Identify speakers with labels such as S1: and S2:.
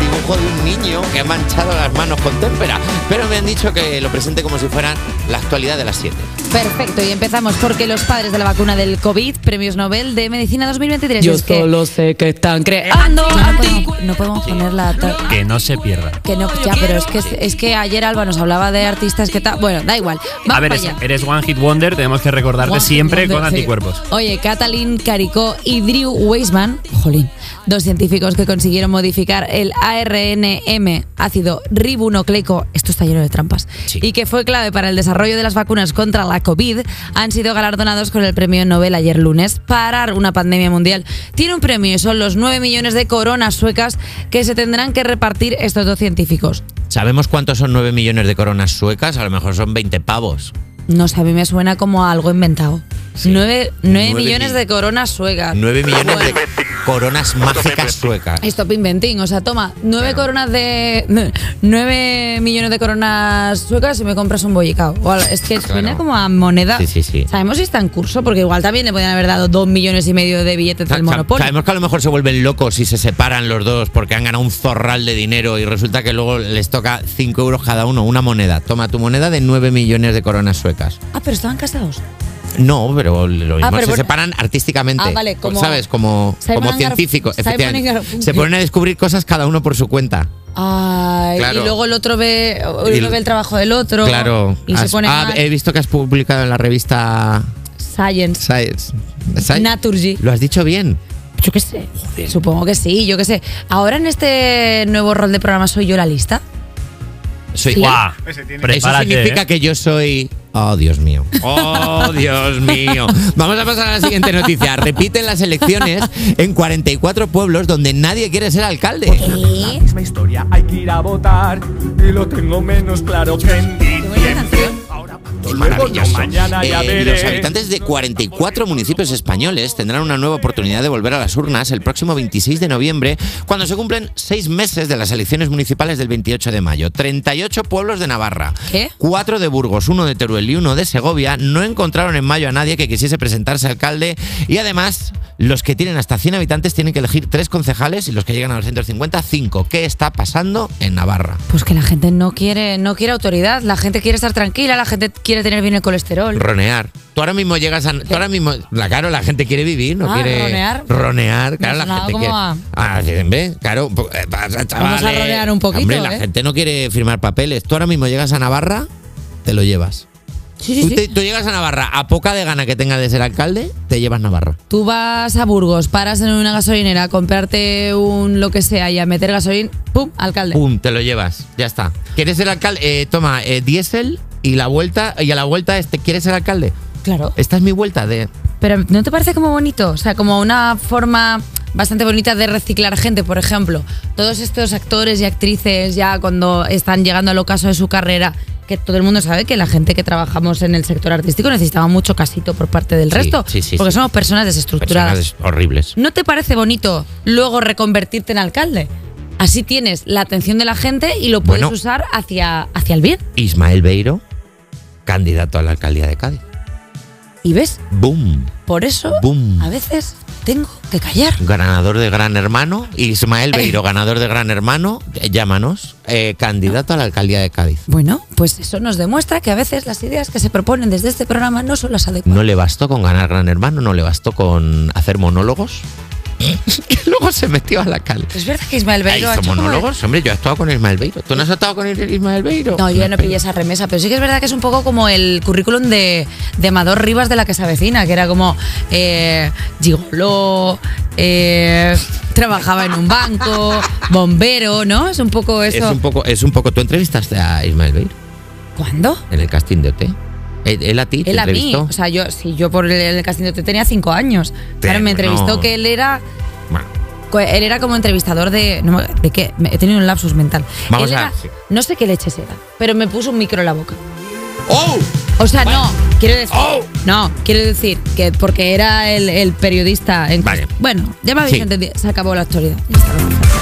S1: dibujo de un niño que ha manchado las manos con témpera, pero me han dicho que lo presente como si fuera la actualidad de las 7.
S2: Perfecto, y empezamos porque los padres de la vacuna del COVID, premios Nobel de Medicina 2023.
S3: Yo
S2: es que
S3: solo sé que están Ah, creando.
S2: Ando, no, podemos, no podemos poner la... ta-
S4: Que no se pierda.
S2: Que no, ya, pero es que, es que ayer Alba nos hablaba de artistas que tal... Bueno, da igual. Vamos
S4: A ver,
S2: para
S4: es-
S2: allá.
S4: eres One Hit Wonder, tenemos que recordarte
S2: Guau,
S4: siempre
S2: hombre,
S4: con
S2: sí.
S4: anticuerpos.
S2: Oye, Katalin Caricó y Drew Weisman, jolín, dos científicos que consiguieron modificar el ARNM, ácido ribonucleico, esto está lleno de trampas,
S4: Sí.
S2: y que fue clave para el desarrollo de las vacunas contra la COVID, han sido galardonados con el premio Nobel ayer lunes para una pandemia mundial. Tiene un premio y son los 9 millones de coronas suecas que se tendrán que repartir estos dos científicos.
S1: ¿Sabemos cuántos son 9 millones de coronas suecas? A lo mejor son 20 pavos.
S2: No sé, a mí me suena como a algo inventado.
S1: Sí.
S2: Nueve nueve
S1: Nueve
S2: millones
S1: mil-
S2: de coronas suecas.
S1: 9 millones de
S2: Bueno.
S1: coronas mágicas suecas.
S2: Stop inventing, o sea, toma, nueve coronas de. nue- Nueve millones de coronas suecas y me compras un bollicao. O al- es que suena
S1: Claro.
S2: como a moneda.
S1: Sí, sí, sí.
S2: Sabemos si está en curso, porque igual también le podían haber dado dos millones y medio de billetes del
S1: Sa- sa-
S2: Monopoly.
S1: Sabemos que a lo mejor se vuelven locos si se separan los dos porque han ganado un zorral de dinero y resulta que luego les toca 5 euros cada uno, una moneda. Toma tu moneda de 9 millones de coronas suecas.
S2: Ah, pero estaban casados.
S1: No, pero lo mismo
S2: Ah, pero
S1: se
S2: por-
S1: separan artísticamente.
S2: Ah, vale, como-
S1: ¿Sabes? Como,
S2: Simon
S1: como
S2: and Garf-
S1: científicos.
S2: Simon and
S1: efectivamente.
S2: Garfunkel.
S1: Se ponen a descubrir cosas cada uno por su cuenta.
S2: Ay,
S1: Claro.
S2: y luego el otro ve, uno
S1: Y-
S2: ve el trabajo del otro.
S1: claro.
S2: Y se
S1: Has-
S2: pone
S1: ah, he visto que has publicado en la revista
S2: Science.
S1: Science. Science.
S2: Naturgy.
S1: Lo has dicho bien.
S2: Yo qué sé. Supongo que sí, yo qué sé. Ahora en este nuevo rol de programa soy yo la lista.
S1: Soy,
S4: ¡Guau!
S1: Eso
S4: Ah, Prepárate.
S1: significa
S4: ¿eh?
S1: que yo soy. Oh, Dios mío. Oh, Dios mío. Vamos a pasar a la siguiente noticia. Repiten las elecciones en 44 pueblos donde nadie quiere ser alcalde.
S2: ¿Qué?
S5: misma historia. Hay que ir a votar y lo tengo menos claro que en
S2: buena canción.
S5: Ahora,
S1: Es
S5: luego no,
S1: maravilloso.
S5: mañana ya
S1: Eh,
S5: veré.
S1: los habitantes de 44 municipios españoles tendrán una nueva oportunidad de volver a las urnas el próximo 26 de noviembre, cuando se cumplen seis meses de las elecciones municipales del 28 de mayo. 38 pueblos de Navarra,
S2: ¿Qué?
S1: cuatro de Burgos, uno de Teruel y uno de Segovia no encontraron en mayo a nadie que quisiese presentarse alcalde y además los que tienen hasta 100 habitantes tienen que elegir tres concejales y los que llegan a los 150, cinco. ¿Qué está pasando en Navarra?
S2: Pues que la gente no quiere, no quiere autoridad, la gente quiere estar tranquila, la gente quiere tener bien el colesterol.
S1: Ronear. Tú ahora mismo llegas a. Tú ahora mismo. La, claro, la gente quiere vivir, no
S2: Ah,
S1: quiere.
S2: ronear.
S1: Ronear, claro,
S2: Me
S1: la
S2: sonaba
S1: gente
S2: como
S1: quiere.
S2: a-
S1: Ah, sí, ¿ves? Claro, po- eh, pasa, chavales.
S2: ronear un poquito,
S1: Hombre, la
S2: ¿eh?
S1: gente no quiere firmar papeles. Tú ahora mismo llegas a Navarra, te lo llevas.
S2: Sí,
S1: tú,
S2: sí,
S1: te-
S2: sí.
S1: tú llegas a Navarra, a poca de gana que tengas de ser alcalde, te llevas Navarra.
S2: Tú vas a Burgos, paras en una gasolinera, a comprarte un lo que sea y a meter gasolín, ¡pum! Alcalde.
S1: Pum, te lo llevas. Ya está. ¿Quieres ser alcalde? Eh, toma, eh, diésel y la vuelta. Y a la vuelta, este, ¿quieres ser alcalde?
S2: Claro.
S1: Esta es mi vuelta de.
S2: Pero ¿no te parece como bonito? O sea, como una forma bastante bonita de reciclar gente, por ejemplo. Todos estos actores y actrices ya cuando están llegando al ocaso de su carrera, que todo el mundo sabe que la gente que trabajamos en el sector artístico necesitaba mucho casito por parte del
S1: Sí,
S2: resto,
S1: sí, sí,
S2: porque
S1: sí.
S2: somos personas desestructuradas.
S1: Personas horribles.
S2: ¿No te parece bonito luego reconvertirte en alcalde? Así tienes la atención de la gente y lo puedes
S1: Bueno.
S2: usar hacia, hacia el bien.
S1: Ismael Beiro, candidato a la alcaldía de Cádiz.
S2: ¿Y ves?
S1: Boom.
S2: Por eso
S1: Boom.
S2: a veces tengo que callar.
S1: Ganador de Gran Hermano. Ismael
S2: Eh.
S1: Beiro, ganador de Gran Hermano. eh, Llámanos. eh, candidato a la alcaldía de Cádiz.
S2: Bueno, pues eso nos demuestra que a veces las ideas que se proponen desde este programa no son las adecuadas.
S1: No le bastó con ganar Gran Hermano, no le bastó con hacer monólogos. y luego se metió a la calle.
S2: Es verdad que Ismael
S1: Ah,
S2: Beiro ha
S1: ¿Hizo
S2: hecho como-
S1: monólogos? Hombre, yo he estado con Ismael Beiro. ¿Tú no has estado con Ismael Beiro?
S2: No, yo ya
S1: Una
S2: no
S1: pena.
S2: pillé esa remesa, pero sí que es verdad que es un poco como el currículum de, de Amador Rivas de la que se avecina, que era como eh, gigoló, eh, trabajaba en un banco, bombero, ¿no? Es un poco eso.
S1: Es un poco, es un poco. Tú entrevistaste a Ismael Beiro
S2: ¿Cuándo?
S1: en el casting de OT. Él, él a ti, te
S2: Él a mí.
S1: entrevistó.
S2: O sea, yo, si yo por el, el casting te tenía cinco años. Claro, me entrevistó
S1: no.
S2: que él era
S1: Bueno.
S2: Co- Él era como entrevistador de. no me- ¿De qué? Me- He tenido un lapsus mental.
S1: Vamos
S2: Él
S1: a-
S2: era-
S1: sí.
S2: No sé qué leches era, pero me puso un micro en la boca.
S1: ¡Oh!
S2: O sea,
S1: Vale.
S2: no, quiero decir.
S1: ¡Oh!
S2: No, quiero decir que porque era el, el periodista. En
S1: Vale.
S2: Bueno, ya me habéis
S1: Sí.
S2: entendido. Se acabó la actualidad. Ya está.